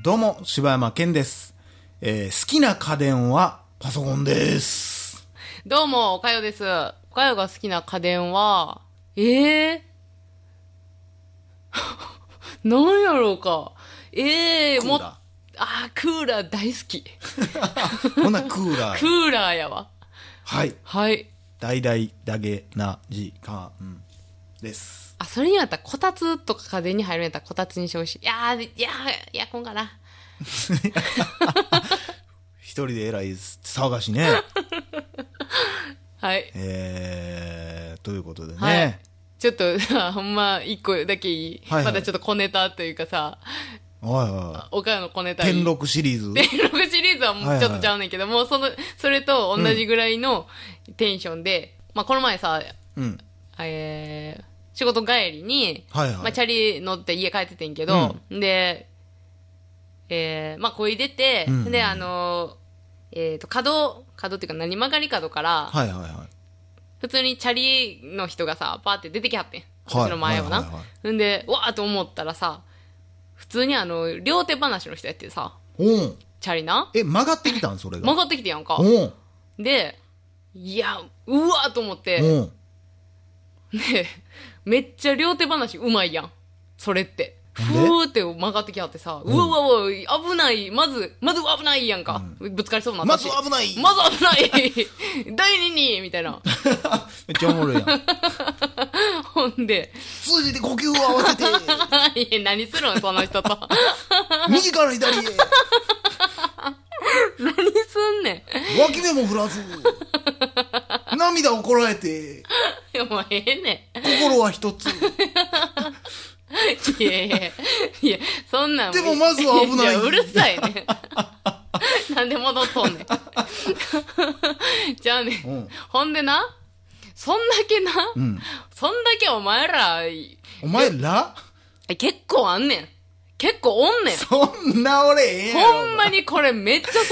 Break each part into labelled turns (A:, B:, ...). A: どうも、柴山健です。えー好きな家電はパソコンです。
B: どうも、おかよです。おかよが好きな家電は、ええー、 なんやろうか。ええー、も、
A: クー
B: あ
A: ラ
B: ー、クーラー大好き。
A: ーほな、クーラ
B: ク
A: ー。
B: ーラーやわ。
A: はい。
B: はい。
A: 大々だけな時間です。
B: あ、それにあったら、こたつとか家電に入るんやったら、こたつにしてほしい。いやー、いやー、エアコンかな。
A: 一人で偉い騒がしい ね。
B: はい。
A: えー、ということでね。
B: はい。ちょっと さ、ほんま、一個だけいい。
A: はいはい
B: またちょっと小ネタというかさ、
A: おいおい。
B: おかよの小ネタいい
A: 天禄シリーズ。
B: 天禄 シリーズはも
A: はいう
B: ちょっとちゃうねんけど、もうその、それと同じぐらいのテンションで、まあこの前 さ、
A: うん。
B: えー、仕事帰りに、
A: はいはい
B: まあチャリ乗って家帰っててんけど、で、えー、まあこいでて、
A: うん
B: で、あのーえっ、と、角、角っていうか何曲がり角から、
A: はいはいはい。
B: 普通にチャリの人がさ、パーって出てきはってん。私の前を
A: はいはいはい
B: な
A: は。
B: んで、わーと思ったらさ、普通にあの、両手話の人やってさ、
A: おん。
B: チャリな。
A: え、曲がってきたんそれが。
B: 曲がってきてやんか。
A: おん。
B: で、いや、うわーと思って、
A: おん。
B: で、めっちゃ両手話うまいやん。それって。
A: なん
B: ふ
A: で
B: ーって曲がってきはってさ、うわうわうわ、危ない、まず、まず危ないやんか。ぶつかりそうにな
A: ま
B: った
A: ず
B: し。
A: 危ない
B: まず危ない 第二にみたいな。
A: めっちゃおもろいやん。
B: ほんで、
A: 数字で呼吸を合わせて、
B: いや、何するんその人と。
A: 右から左へ、
B: 何すんね
A: 脇目も振 らず、涙をこらえて、
B: ん。いや、 もうええね
A: 心は一 つ。
B: ん。いやいやいやいや、そんなん。
A: でもまずは危ない
B: やうるさいねん。なんで戻っとんねん。じゃあねん、
A: うん
B: ほんでな、そんだけな、
A: ん
B: そんだけお前ら、い
A: お前ら
B: 結構あんねん。結構おんねん。
A: そんな俺ええやろ
B: ほんまにこれめっちゃ遭遇す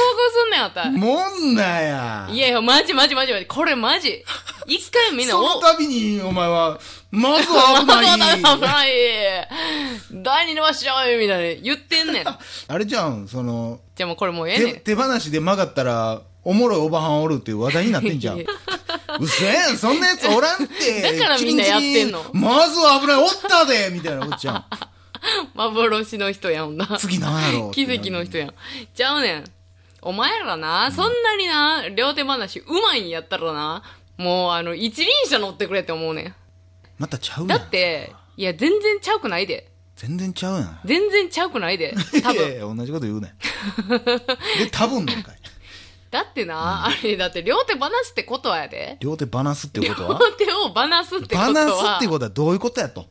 B: んねん、あたい。
A: もんなや。
B: いやいや、マジマジマジマジ。これマジ。一回みんな
A: そ
B: お、
A: の度に、お前は、まずは危
B: 危ない 危
A: ない。
B: ない第二の足しちゃうみたいに言ってんねん。
A: あれじゃん、その、
B: じゃあもうこれもうええね
A: 手
B: ん。
A: 手放しで曲がったら、おもろいおばはんおるっていう話題になってんじゃん。
B: いうや
A: せえん、そんなやつおらんって。
B: だからみんなやってんの
A: チリンチリンまずは危ない、おったでみたいなことじゃ ん。
B: 幻の人やもんな。
A: 次なんやろ
B: 奇跡の人
A: や。
B: やん。ちゃうねん。お前らな、そんなにな、両手話うまいんやったらな、もうあの、一輪車乗ってくれって思うねん。
A: またちゃうや
B: だ
A: ん。
B: って、いや、全然ちゃうくないで。
A: 全然ちゃうやん。
B: 全然ちゃうくないで。多
A: いやい
B: 分。
A: や同じこと言うねん。で、多分なん かい。
B: だってな、あれ、だって両手話ってことはやで。
A: 両手バナすってこと
B: 両
A: は
B: 手をバナすってこと
A: バ
B: は。
A: ナすってことはどういうことやと。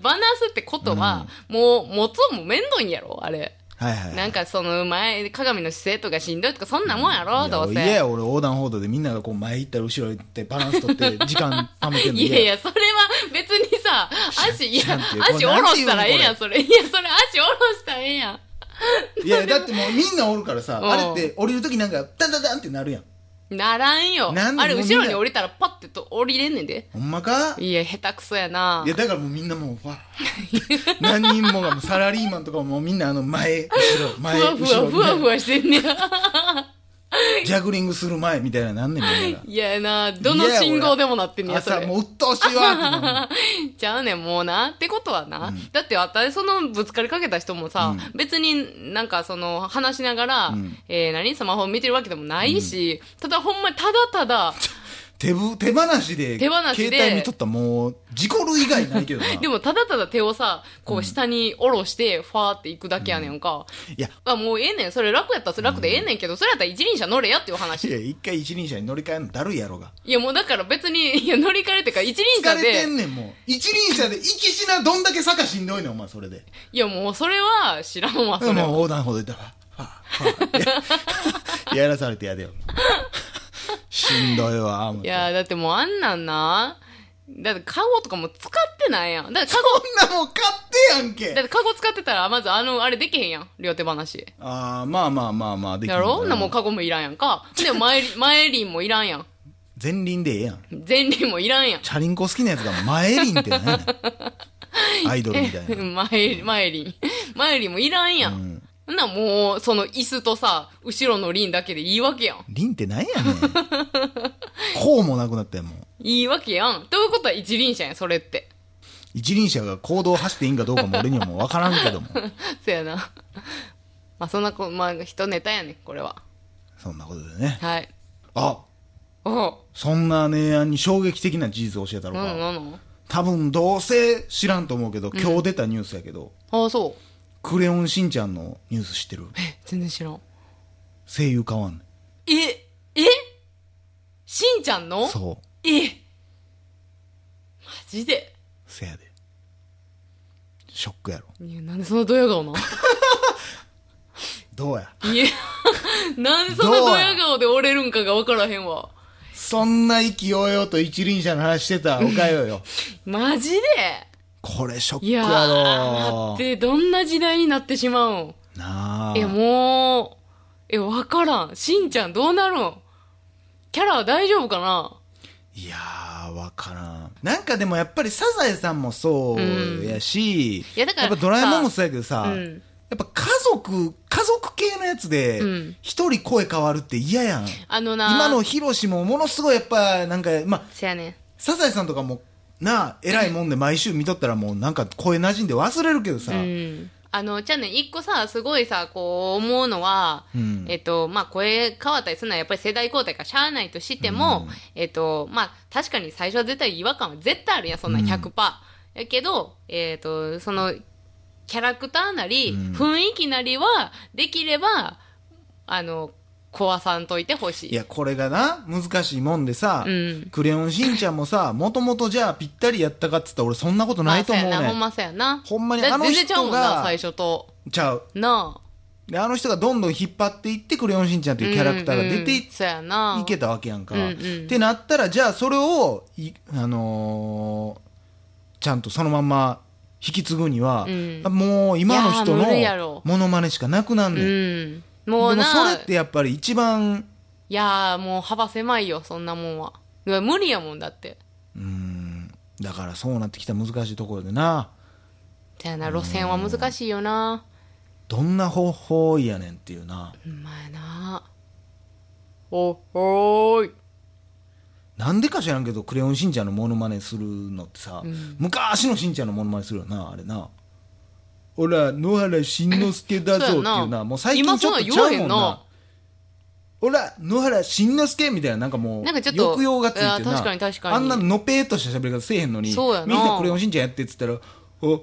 B: バナすってことは、もう、持つんも面倒いんやろあれ。
A: はいはい。
B: なんかその前、鏡の姿勢とかしんどいとかそんなもんやろ、どう
A: いや嫌
B: せ。
A: や俺横断歩道でみんながこう前行ったら後ろ行ってバランス取 って時間貯めてんの
B: いやい
A: 嫌や
B: や、それは別にさ、足、いや、
A: 知らんって
B: 足下ろしたらええやん、
A: こ
B: それ。いや、それ足下ろしたらええやん。
A: いやだってもうみんなおるからさ
B: うん
A: あれって降りるときなんかダンダンダンってなるやん
B: ならんよ。
A: なんで
B: あれ、
A: もうみん
B: 後
A: な
B: ろに降りたらパッてと降りれんねんで。
A: ほんまか
B: いや、下手くそやない
A: や。だからもうみんなもう わーって何人もがもうサラリーマンとかももうみんなあの前後ろ
B: ふ
A: 前
B: わ
A: 後ろ
B: ふわ、
A: みたい
B: ふわ
A: な
B: ふわしてんねん。
A: ジャグリングする前みたいななんねんみんなが
B: いやな、どの信号でもなってんねや、そ
A: 朝
B: れ。
A: もう鬱陶しいわってなる
B: ちゃうねん、もうな。ってことはな。だって、あたそのぶつかりかけた人もさ、別になんかその話しながら、
A: ん
B: えー、何スマホ見てるわけでもないし、ただほんまにただただ、
A: 手ぶ手放しで
B: 手放しで
A: 携帯見とったらもう事故る以外ないけどな
B: でもただただ手をさ、こう下に下ろして、ファーって行くだけやねんか。
A: いや
B: あもうええねん、それ楽やったらそれ楽でええねんけど、それやったら一輪車乗れやっていう話。
A: いや一回一輪車に乗り換えるのだるいやろが
B: いや、もうだから別に、いや、乗り換えるっていうか、一輪
A: 疲
B: 車
A: れて
B: で、
A: んねんもう一輪車で行きしなどんだけ坂しんどいねんお前それで
B: いや、もうそれは知らんわ、
A: も
B: そうれは。
A: 横断歩道行ったらファーファーファーって やらされてやで よしんどいわ思っ
B: い
A: て
B: や、だってもうあんなんな、だってカゴとかも使ってないやん。だってカゴ
A: そんなもん買ってやん
B: だっ
A: け
B: てカゴ使ってたら、まずあの、あれできへんやん。両手話。
A: ああまあまあまあまあでき
B: や
A: る
B: ろなもうカゴもいらんやんか。で、前り、前輪もいらんやん。
A: 前輪でええやん
B: 前輪もいらんやん。
A: チャリンコ好きなやつが前輪って何やねん アイドルみたいな。
B: マイマイリン。マイリンもいらんやん。ほんならもう、その椅子とさ、後ろの輪だけでいいわけやん。
A: リンってなんやねん。 こうもなくなったやん、もう。
B: いいわけやん。ということは一輪車やん、それって。
A: 一輪車が行動を走っていいんかどうかも俺にはもう分からんけども。
B: そやな。 まあそんなこ、まあ人ネタやね、これは。
A: そんなことでね。
B: はい。
A: あ、
B: おう。
A: そんな姉やんに衝撃的な事実を教えたろ
B: なの
A: か。
B: なの
A: 多分どうせ知らんと思うけど、今日出たニュースやけど、
B: ああ、そう。
A: クレヨンしんちゃんのニュース知ってる
B: え、全然知らん。
A: 声優変わんね
B: え、えしんちゃんの
A: ん。そう。
B: えマジで
A: せやで。ショックやろ。
B: いや、なん でそのドヤ顔な
A: どうや
B: いや、なんでそんなドヤ顔で折れるんかがわからへんわ。
A: そんな意気揚々と一輪車の話してたおかよよ。
B: マジで
A: これショック
B: いや
A: や
B: ー、だ
A: ろ
B: ってどんな時代になってしまうん
A: なあ。
B: え、もう、え、わからん。しんちゃんどうなるんキャラは大丈夫かない
A: やー、わからん。なんかでもやっぱりサザエさんもそうやし、
B: いやだから
A: っぱドラえもんもそうやけどさ、
B: うん
A: やっぱ家族、家族系のやつで
B: うん、
A: 一人声変わるって嫌やん。
B: あのな
A: 今のヒロシもものすごいやっぱ、なんか、まあ、
B: せやねん。
A: サザエさんとかも、なあ、偉いもんで毎週見とったらもうなんか声馴染んで忘れるけどさ、
B: うん、あのじゃあね一個さすごいさこう思うのは、
A: うん
B: えっとまあ声変わったりするのはやっぱり世代交代からしゃあないとしても、えっとまあ確かに最初は絶対違和感は絶対あるやんそんなん100%、やけどえっとそのキャラクターなり、
A: うん
B: 雰囲気なりはできればあの壊さんといてほしい
A: いや、これがな、難しいもんでさ、
B: うん
A: クレヨンしんちゃんもさ、もともとじゃあぴったりやったかっつったら俺そんなことないと思うね
B: まあそうやなほん
A: ん。ほんま
B: まそうやな
A: に
B: だって
A: あの人が
B: 全然ちゃうもんな最初と
A: ちゃう。
B: なあ
A: で、あの人がどんどん引っ張っていって、クレヨンしんちゃんというキャラクターが出てい
B: うんうんそうやない
A: けたわけやんか。
B: うんうん
A: ってなったら、じゃあそれを、いあのーちゃんとそのまんま引き継ぐには、
B: うん
A: もう今の人
B: いやー無理やろ
A: のモノマネしかなくなんねん。
B: うんもう
A: でも
B: な
A: それってやっぱり一番、
B: いやーもう幅狭いよそんなもんはうわ無理やもんだって
A: うん、だからそうなってきた難しいところでな、
B: じゃあな路線は難しいよな
A: どんな方法やねんっていうな。
B: うまいなおおーい
A: なんでか知らんけど、クレヨンしんちゃんのモノマネするのってさ、昔のしんちゃんのモノマネするよな、あれな。ほら、野原しんのすけだぞっていう
B: そう
A: な、
B: やな
A: もう最近ちょっとちゃうも
B: 今そんなん言わへ
A: ん
B: ん
A: な
B: な。
A: ほら、野原しんのすけみたいな、なんかもう、
B: なんかちょっと
A: 抑揚がついて
B: あー
A: な。
B: 確かに確かに
A: あんなのぺーっとした喋り方せえへんのに、
B: そうやな
A: みんなクレヨンしんちゃんやってって言ったら、お、お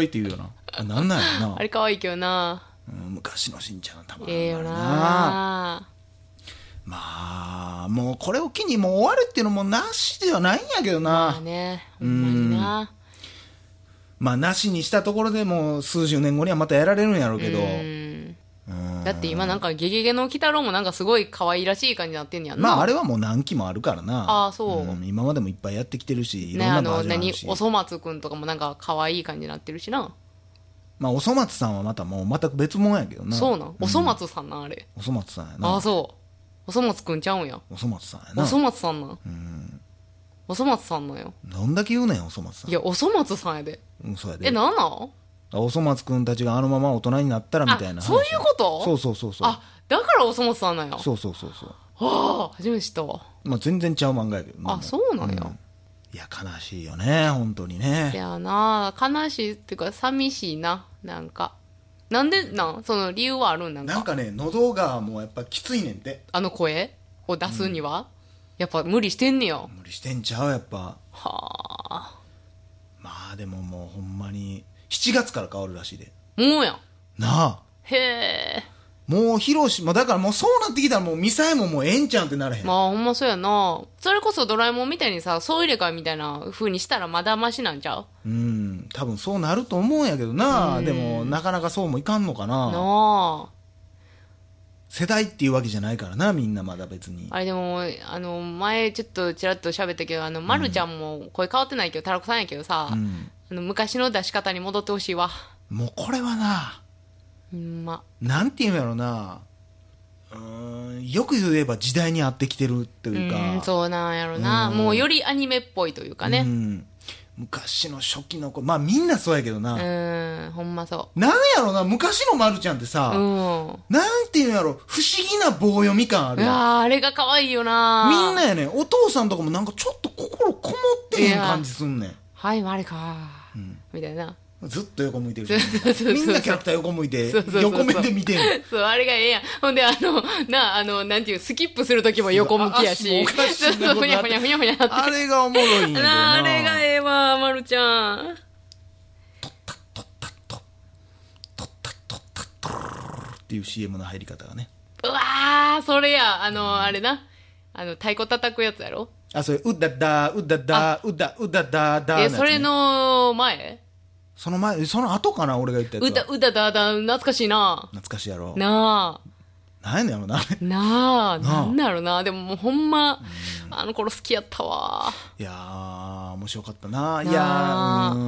A: ーいって言うよな。あなんなんやろな
B: あ。れ可愛いけどな
A: うん昔のしんちゃんはたまらんから
B: ええよな
A: まあもうこれを機にもう終わるっていうのもなしではないんやけど
B: まあ
A: な
B: ねほんまにな
A: まあなしにしたところでもう数十年後にはまたやられるんやろうけど
B: うん
A: うん
B: だって今なんか「ゲゲゲの鬼太郎」もなんかすごい可愛らしい感じになってんやんな
A: まああれはもう何期もあるからな
B: あーそうん
A: 今までもいっぱいやってきてるしいろ
B: ね
A: ん
B: あ
A: なバー
B: の
A: ジョンあ
B: 何
A: るし、
B: おそ松くんとかもなんか可愛い感じになってるしな
A: まあおそ松さんはまたもう全く別物やけどな
B: そうなんおそ松さんなあれ
A: おそ松さんや
B: あ
A: な
B: あそうおそ松くんちゃうんや
A: おそ松さんや
B: お
A: な
B: そ松さんなんおそ松さんなんよ
A: どんだけ言うねんおそ松さん
B: いやおそ松さんやで
A: うんそうや
B: え
A: で
B: なんなん
A: あおそ松くんたちがあのまま大人になったらみたいな
B: あ
A: 話
B: そういうこと
A: そうそうそうそう
B: あだからおそ松さんなんや
A: そうそうそうそう
B: ああ初めて知ったわ
A: まあ、全然ちゃう漫画やけどな
B: あそうなんや
A: いや悲しいよね本当に
B: い
A: ね
B: やな悲しいっていうか寂しいななんかなんでなんその理由はあるんなん
A: なんか
B: か
A: ね喉がもうやっぱきついねんて
B: あの声を出すにはやっぱ無理してんねや
A: 無理してんちゃうやっぱ
B: はあ
A: まあでももうほんまに7月から変わるらしいで
B: もうやん
A: なあ
B: へえ
A: もうヒロシもだからもうそうなってきたらもうミサイももうええんちゃうんってなれへん、
B: まあほんまそうやなそれこそドラえもんみたいにさ総入れ替えみたいな風にしたらまだマシなんちゃう
A: うん多分そうなると思うんやけどなでもなかなかそうもいかんのかな
B: なあ
A: 世代っていうわけじゃないからなみんなまだ別に
B: あれでもあの前ちょっとちらっと喋ったけどあの、まるちゃんも声変わってないけどたらこさんやけどさ、
A: ん
B: あの昔の出し方に戻ってほしいわ
A: もうこれはな
B: うんま
A: なんていうんやろなうーんよく言えば時代に合ってきてると
B: う
A: いうか
B: んそうなんやろなもうよりアニメっぽいというかね
A: うん昔の初期の子まあみんなそうやけどな、
B: うん、ほんまそ
A: なんやろな昔のまるちゃんって
B: う。
A: さ、
B: うん。
A: なんていうんやろ不思議な棒読み感ある
B: いや
A: やん
B: ーあれが可愛いよな
A: みんなやねんお父さんとかもなんかちょっと心こもってへん感じすんねん
B: はい、あれか、みたいな。
A: ずっと横向いてる
B: そうそうそう
A: みんなキャラクター横向いて
B: そうそうそうそう
A: 横目で見てんの
B: そう、あれがええやん。ほんで、あの、なあ、あの、なんていう、スキップするときも横向きやし。
A: あ足もおかしいな
B: そうそう、ふにゃふにゃふにゃふにゃって。
A: あれがおもろいんやけど
B: な
A: な
B: ああれがええわ、まるちゃん。
A: トッタットトッタットッタットルルルルっていう CM の入り方がね
B: うわー、それや、あの、あれな。あの、太鼓叩くやつやろ。
A: あそれうだだうだだうだうだだだ
B: え、
A: やつね
B: それの前
A: その前その後かな俺が言ったやつは
B: うだ、うだだだ、懐かしいな。
A: 懐かしいやろ
B: なあ。
A: なんやねんやろなあれ
B: なあ、
A: なあ
B: なんだろうな。でももうほんま、あの頃好きやったわ。
A: いやー面白かったない
B: なあ
A: やーうー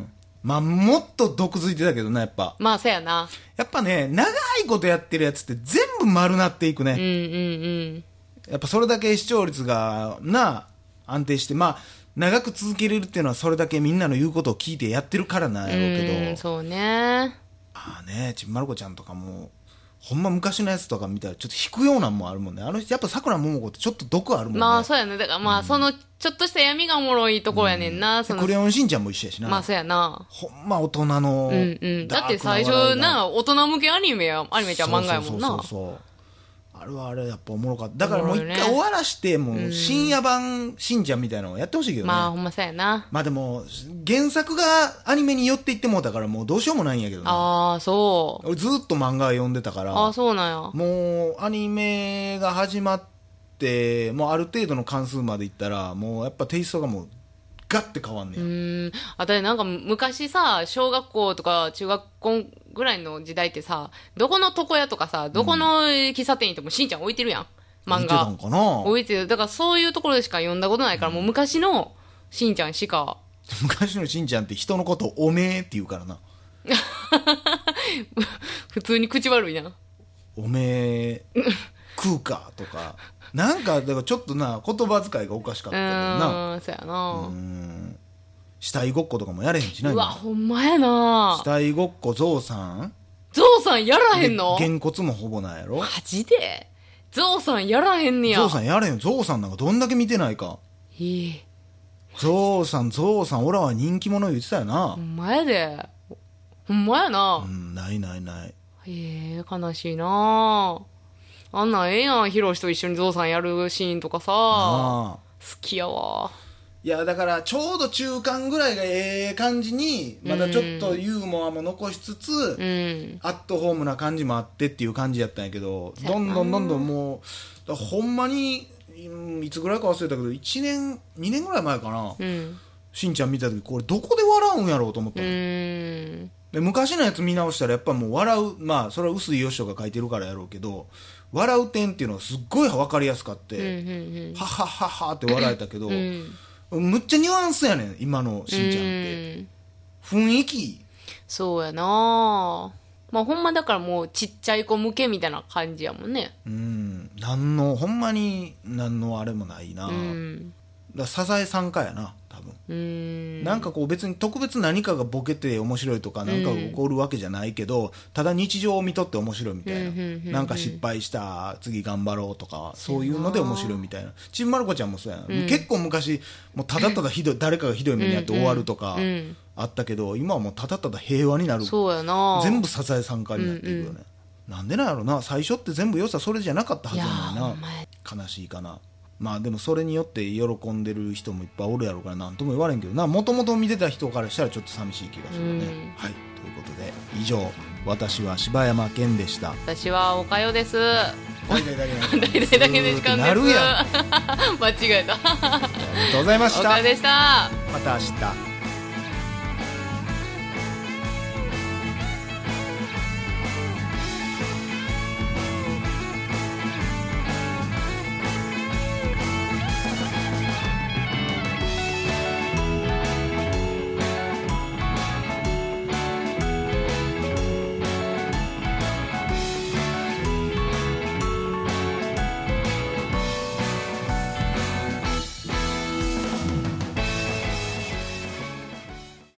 A: んまあもっと毒づいてたけどなやっぱ
B: まあ、そやな。
A: やっぱね長いことやってるやつって全部丸なっていくね、
B: うんうん
A: やっぱそれだけ視聴率がな安定してまあ長く続けれるっていうのはそれだけみんなの言うことを聞いてやってるからなん
B: う
A: やろうけど
B: ん。そうね。
A: まあねちんまる子ちゃんとかもほんま昔のやつとか見たらちょっと引くようなんもんあるもんねあの人やっぱさくらももこってちょっと毒あるもんね、
B: まあ、そうやね。だからまあ、その、ちょっとした闇がおもろいところやねんな。そ
A: でク
B: の
A: レ、ヨンしんちゃんも一緒やしな、
B: まあ、そうやな。
A: ほんま大人の、
B: うんうん。だって最初な、大人向けアニメや、アニメじゃ漫画やもん
A: そう
B: な
A: そう。そうそうあれはあれやっぱおもろかっただからもう
B: お
A: 一
B: もろい
A: 回
B: ね
A: 終わらしてもう深夜版しんちゃんみたいなのをやってほしいけどね、
B: まあ、ほんまそうやな。
A: まあでも原作がアニメに寄っていってもうたからもうどうしようもないんやけどな
B: ああ、そう。
A: 俺ずっと漫画読んでたから
B: ああ、そうなんや。
A: もうアニメが始まってもうある程度の関数までいったらもうやっぱテイストがもうガッて変わんね
B: う
A: や、
B: ーん。あたりなんか昔さ、小学校とか中学校ぐらいの時代ってさ、どこの床屋とかさ、どこの喫茶店行ってもしんちゃん置いてるやん。
A: 見
B: 漫
A: てたん
B: 画。
A: かな
B: 置いてる。だからそういうところでしか読んだことないから、もう昔のしんちゃんしか、
A: 昔のしんちゃんって人のことをおめえって言うからな
B: 普通に口悪いな。
A: おめえ食うかとかなんかだからちょっとな言葉遣いがおかしかっ
B: う
A: たけどな
B: ーん、そうやな。
A: うん死体ごっことかもやれへんしな
B: うわ、
A: 今
B: ほんまや
A: 死
B: な。
A: 体ごっこゾウさん
B: ゾウさんやらへんの
A: げんこつもほぼないやろ
B: マジでゾウさんやらへんねや。
A: ゾウさんやれよゾウさんなんかどんだけ見てないか
B: いい。
A: ゾウさんゾウさんオラは人気者言ってたよな
B: ほんまやで。ほんまやな。
A: うんないないない
B: ええ悲しいなああんなんええやんヒロシと一緒にゾウさんやるシーンとかさ
A: ああ
B: 好きやわ
A: いやだからちょうど中間ぐらいがええ感じにまだちょっとユーモアも残しつつ、
B: うん
A: アットホームな感じもあってっていう感じやったんやけどどんどんどんどんもうだからほんまにうんいつぐらいか忘れたけど1年2年ぐらい前かな、
B: うん
A: しんちゃん見た時これどこで笑うんやろうと思った
B: う
A: の、
B: ん
A: で昔のやつ見直したらやっぱもう笑うまあそれは臼井よしとが書いてるからやろうけど笑う点っていうのがすっごい分かりやすかっ
B: うんう
A: て、
B: ん
A: ははははって笑えたけど、
B: うんうん
A: むっちゃニュアンスやねん今のしんちゃんって、
B: うん
A: 雰囲気
B: そうやなまあほんまだからもうちっちゃい子向けみたいな感じやもんね
A: うんなんのほんまになんのあれもないな、
B: うん
A: だからサザエさんかやな多分、
B: うん
A: なんかこう別に特別何かがボケて面白いとかなんかが起こるわけじゃないけど、ただ日常を見とって面白いみたいな、
B: うんうんうんうん
A: なんか失敗した次頑張ろうとかそういうので面白いみたいなちんまる子ちゃんもそうやん、結構昔もうただただひどい誰かがひどい目にあって終わるとか
B: うん
A: あったけど今はもうただただ平和になる
B: そうやな
A: 全部支え参加になっていくよね、なんでなんやろな最初って全部良さそれじゃなかったはいず
B: や
A: や
B: ほ
A: の
B: ん
A: に
B: まや
A: な悲しいかなまあでもそれによって喜んでる人もいっぱいおるやろうから何とも言われんけどなもともと見てた人からしたらちょっと寂しい気がするね、
B: うん
A: はいということで以上私は柴山健でした
B: 私はおかよです
A: 大体だけの時間
B: 大
A: です
B: 体だけの時間です
A: なるやんあ
B: 間違えた
A: りがとうございまし
B: お
A: た
B: かよでした
A: また明日